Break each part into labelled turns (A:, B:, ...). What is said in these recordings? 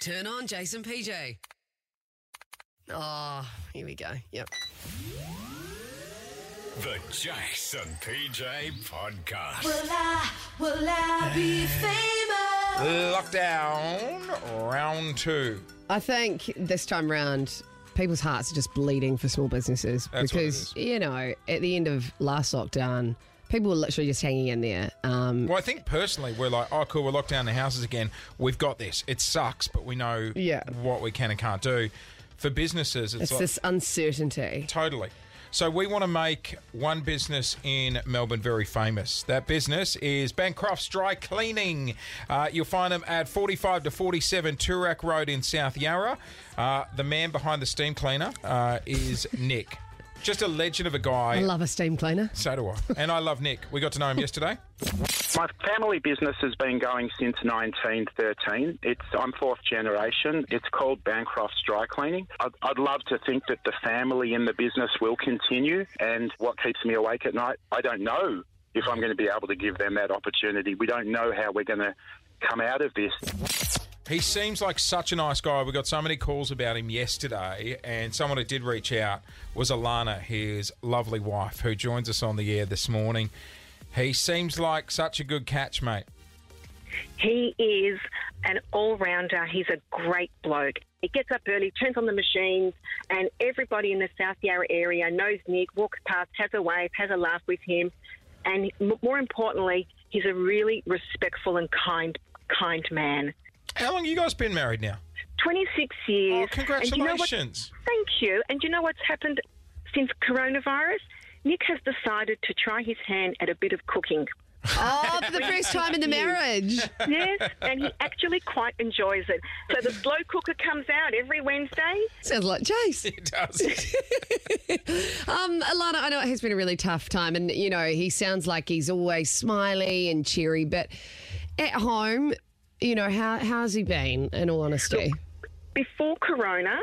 A: Turn on Jason PJ. Oh, here we go. Yep.
B: The Jason PJ Podcast.
C: Will I, will I be famous?
D: Lockdown round two.
A: I think this time round, people's hearts are just bleeding for small businesses
D: That's what it
A: because you know at the end of last lockdown, people were literally just hanging in there. Um,
D: Well, I think personally, we're like, oh, cool, we're locked down in the houses again. We've got this. It sucks, but we know
A: Yeah.
D: what we can and can't do. For businesses, it's,
A: it's
D: like,
A: this uncertainty.
D: totally. So we want to make one business in Melbourne very famous. That business is Bancroft's Dry Cleaning. Uh, you'll find them at 45 to 47 Turak Road in South Yarra. Uh, the man behind the steam cleaner uh, is Nick. Just a legend of a guy.
A: I love a steam cleaner.
D: So do I. And I love Nick. We got to know him yesterday.
E: My family business has been going since 1913. It's I'm fourth generation. It's called Bancroft's Dry Cleaning. I'd, I'd love to think that the family in the business will continue. And what keeps me awake at night? I don't know if I'm going to be able to give them that opportunity. We don't know how we're going to come out of this.
D: He seems like such a nice guy. We got so many calls about him yesterday, and someone who did reach out was Alana, his lovely wife, who joins us on the air this morning. He seems like such a good catch, mate.
F: He is an all rounder. He's a great bloke. He gets up early, turns on the machines, and everybody in the South Yarra area knows Nick, walks past, has a wave, has a laugh with him. And m- more importantly, he's a really respectful and kind, kind man.
D: How long you guys been married now?
F: 26 years.
D: Oh,
F: And you know what-
D: congratulations.
F: Thank you. And do you know what's happened since coronavirus? Nick has decided to try his hand at a bit of cooking.
A: Oh, for the first time in the marriage.
F: Yes, and he actually quite enjoys it. So the slow cooker comes out every Wednesday.
A: Sounds like Chase.
D: It does.
A: Um, Alana, I know it has been a really tough time, and you know he sounds like he's always smiley and cheery, but at home, you know how how's he been? In all honesty,
F: Before Corona,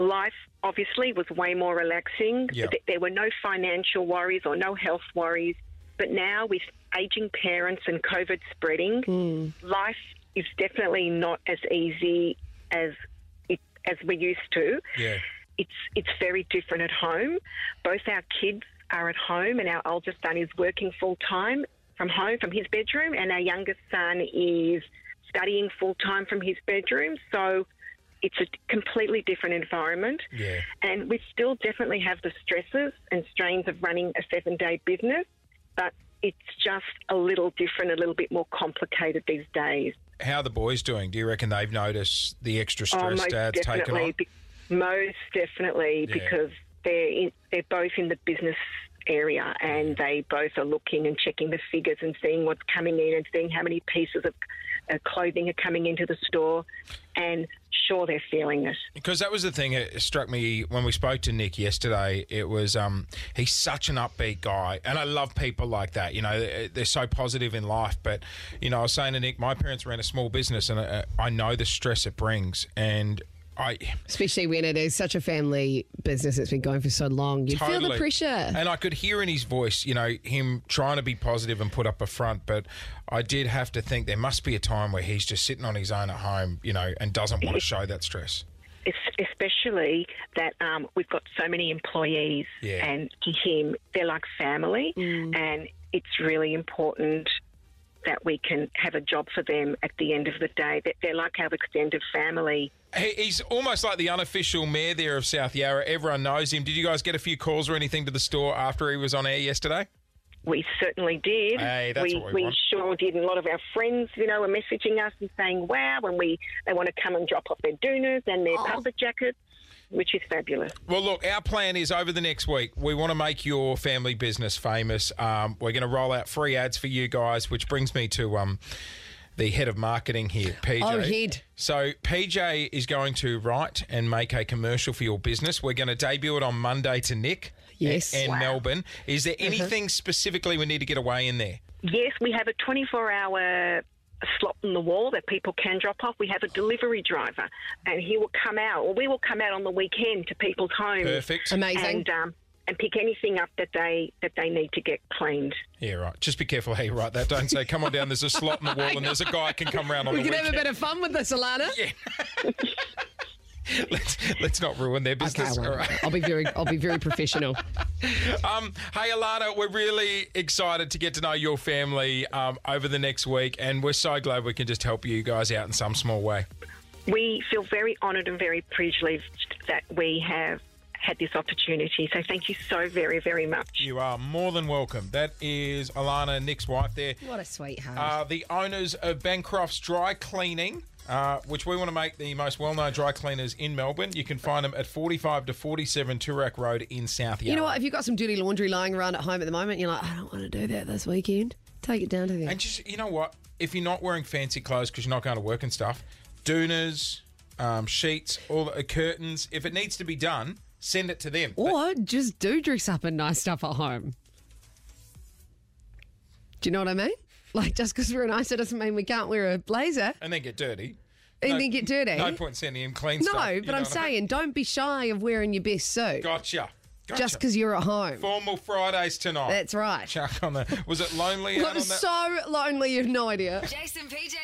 F: life obviously was way more relaxing.
D: Yeah.
F: Th- There were no financial worries or no health worries. But now, with aging parents and COVID spreading, life is definitely not as easy as it, as we used to.
D: yeah.
F: it's it's very different at home. Both our kids are at home, and our oldest son is working full time from home from his bedroom, and our youngest son is studying full time from his bedroom. So it's a completely different environment.
D: Yeah.
F: And we still definitely have the stresses and strains of running a seven day business, but it's just a little different, a little bit more complicated these days.
D: How are the boys doing? Do you reckon they've noticed the
F: Oh,
D: extra stress dad's taken on?
F: be- most definitely,
D: Yeah.
F: because they're in, they're both in the business area
D: Mm.
F: and they both are looking and checking the figures and seeing what's coming in and seeing how many pieces of uh, clothing are coming into the store, and sure they're feeling it.
D: Because that was the thing that struck me when we spoke to Nick yesterday. It was um, he's such an upbeat guy, and I love people like that. You know, they're they're so positive in life. But you know, I was saying to Nick, my parents ran a small business, and I, I know the stress it brings, and I
A: especially when it is such a family business that's been going for so long, you feel the
D: totally-
A: pressure.
D: And I could hear in his voice, you know, him trying to be positive and put up a front. But I did have to think there must be a time where he's just sitting on his own at home, you know, and doesn't want to show that stress.
F: Es- especially that um, we've got so many employees,
D: Yeah.
F: and to him, they're like family, and it's really important that we can have a job for them at the end of the day. That they're like our extended family.
D: He, he's almost like the unofficial mayor there of South Yarra. Everyone knows him. Did you guys get a few calls or anything to the store after he was on air yesterday?
F: We certainly did.
D: Hey, that's
F: we,
D: what we want.
F: sure did. And a lot of our friends, you know, were messaging us and saying, "Wow!" When we they want to come and drop off their doonas and their puppet jackets, which is fabulous.
D: Well, look, our plan is over the next week. We want to make your family business famous. Um, we're going to roll out free ads for you guys, which brings me to um, the head of marketing here, PJ.
A: Oh, head.
D: So PJ is going to write and make a commercial for your business. We're going to debut it on Monday to Nick.
A: Yes. Mm-hmm.
D: And Melbourne. Is there anything specifically we need to get away in there?
F: Yes, we have a 24 hour slot on the wall that people can drop off. We have a delivery driver, and he will come out, or we will come out on the weekend to people's homes.
D: Perfect.
A: Amazing.
F: And um, and pick anything up that they that they need to get cleaned.
D: Yeah, right. Just be careful how you write that. Don't say, come on down, there's a slot in the wall and there's a guy can come round on
A: We
D: the
A: can have a
D: weekend.
A: bit of fun with this, Alana.
D: let's, let's not ruin their
A: Okay, I
D: business.
A: won't.
D: All right.
A: I'll be very, I'll be very professional.
D: Um, hey, Alana, we're really excited to get to know your family um, over the next week, and we're so glad we can just help you guys out in some small way.
F: We feel very honoured and very privileged that we have had this opportunity. So thank you so very very much.
D: You are more than welcome. That is Alana, Nick's wife there.
A: What a sweetheart.
D: Uh, the owners of Bancroft's Dry Cleaning, uh, which we want to make the most well known dry cleaners in Melbourne. You can find them at 45 to 47 Turak Road in South Yarra.
A: you know what? If you've got some dirty laundry lying around at home at the moment, you're like, I don't want to do that this weekend. Take it down to them.
D: And just, you know what? If you're not wearing fancy clothes because you're not going to work and stuff, Dooners, um, sheets, all the uh, curtains, if it needs to be done, send it to them.
A: Or just do dress up in nice stuff at home. Do you know what I mean? Like, just because we're nicer doesn't mean we can't wear a blazer
D: and then get dirty.
A: and
D: No-
A: then get dirty.
D: No point sending him clean
A: No,
D: stuff. you
A: but
D: know
A: I'm
D: what I mean?
A: saying don't be shy of wearing your best suit
D: Gotcha. gotcha.
A: just because you're at home.
D: Formal Fridays tonight.
A: That's right.
D: Chuck on the. Was it lonely? out
A: It
D: on
A: was
D: that?
A: so lonely, you've no idea.
G: Jason PJ